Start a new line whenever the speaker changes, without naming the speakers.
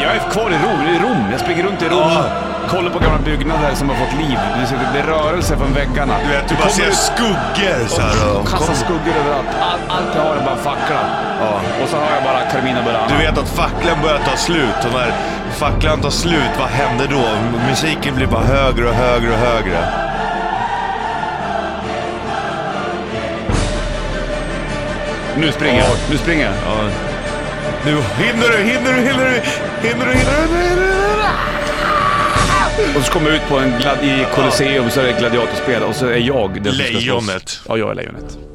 jag är kvar i Rom. I Rom. Jag springer runt i Rom. Kollar på gamla byggnader som har fått liv. Det ser- Det är rörelse från väggarna.
Du vet, du bara
kommer
ser
ut-
skuggor så här. och-
Kassa skuggor överallt. All, allt jag har är bara en fackla. Och så har jag bara Carmina Burana.
Du vet att facklan börjar ta slut och när facklan tar slut, vad händer då? Musiken blir bara högre och högre och högre.
Nu springer jag. Nu springer jag.
Ja. Nu hinner du, hinner du, hinner du, hinner du, hinner du, hinner du.
Och så kommer jag ut på en glad, i Colosseum så är det gladiatorspel och så är jag den som ska slåss.
Lejonet.
Ja, jag är lejonet.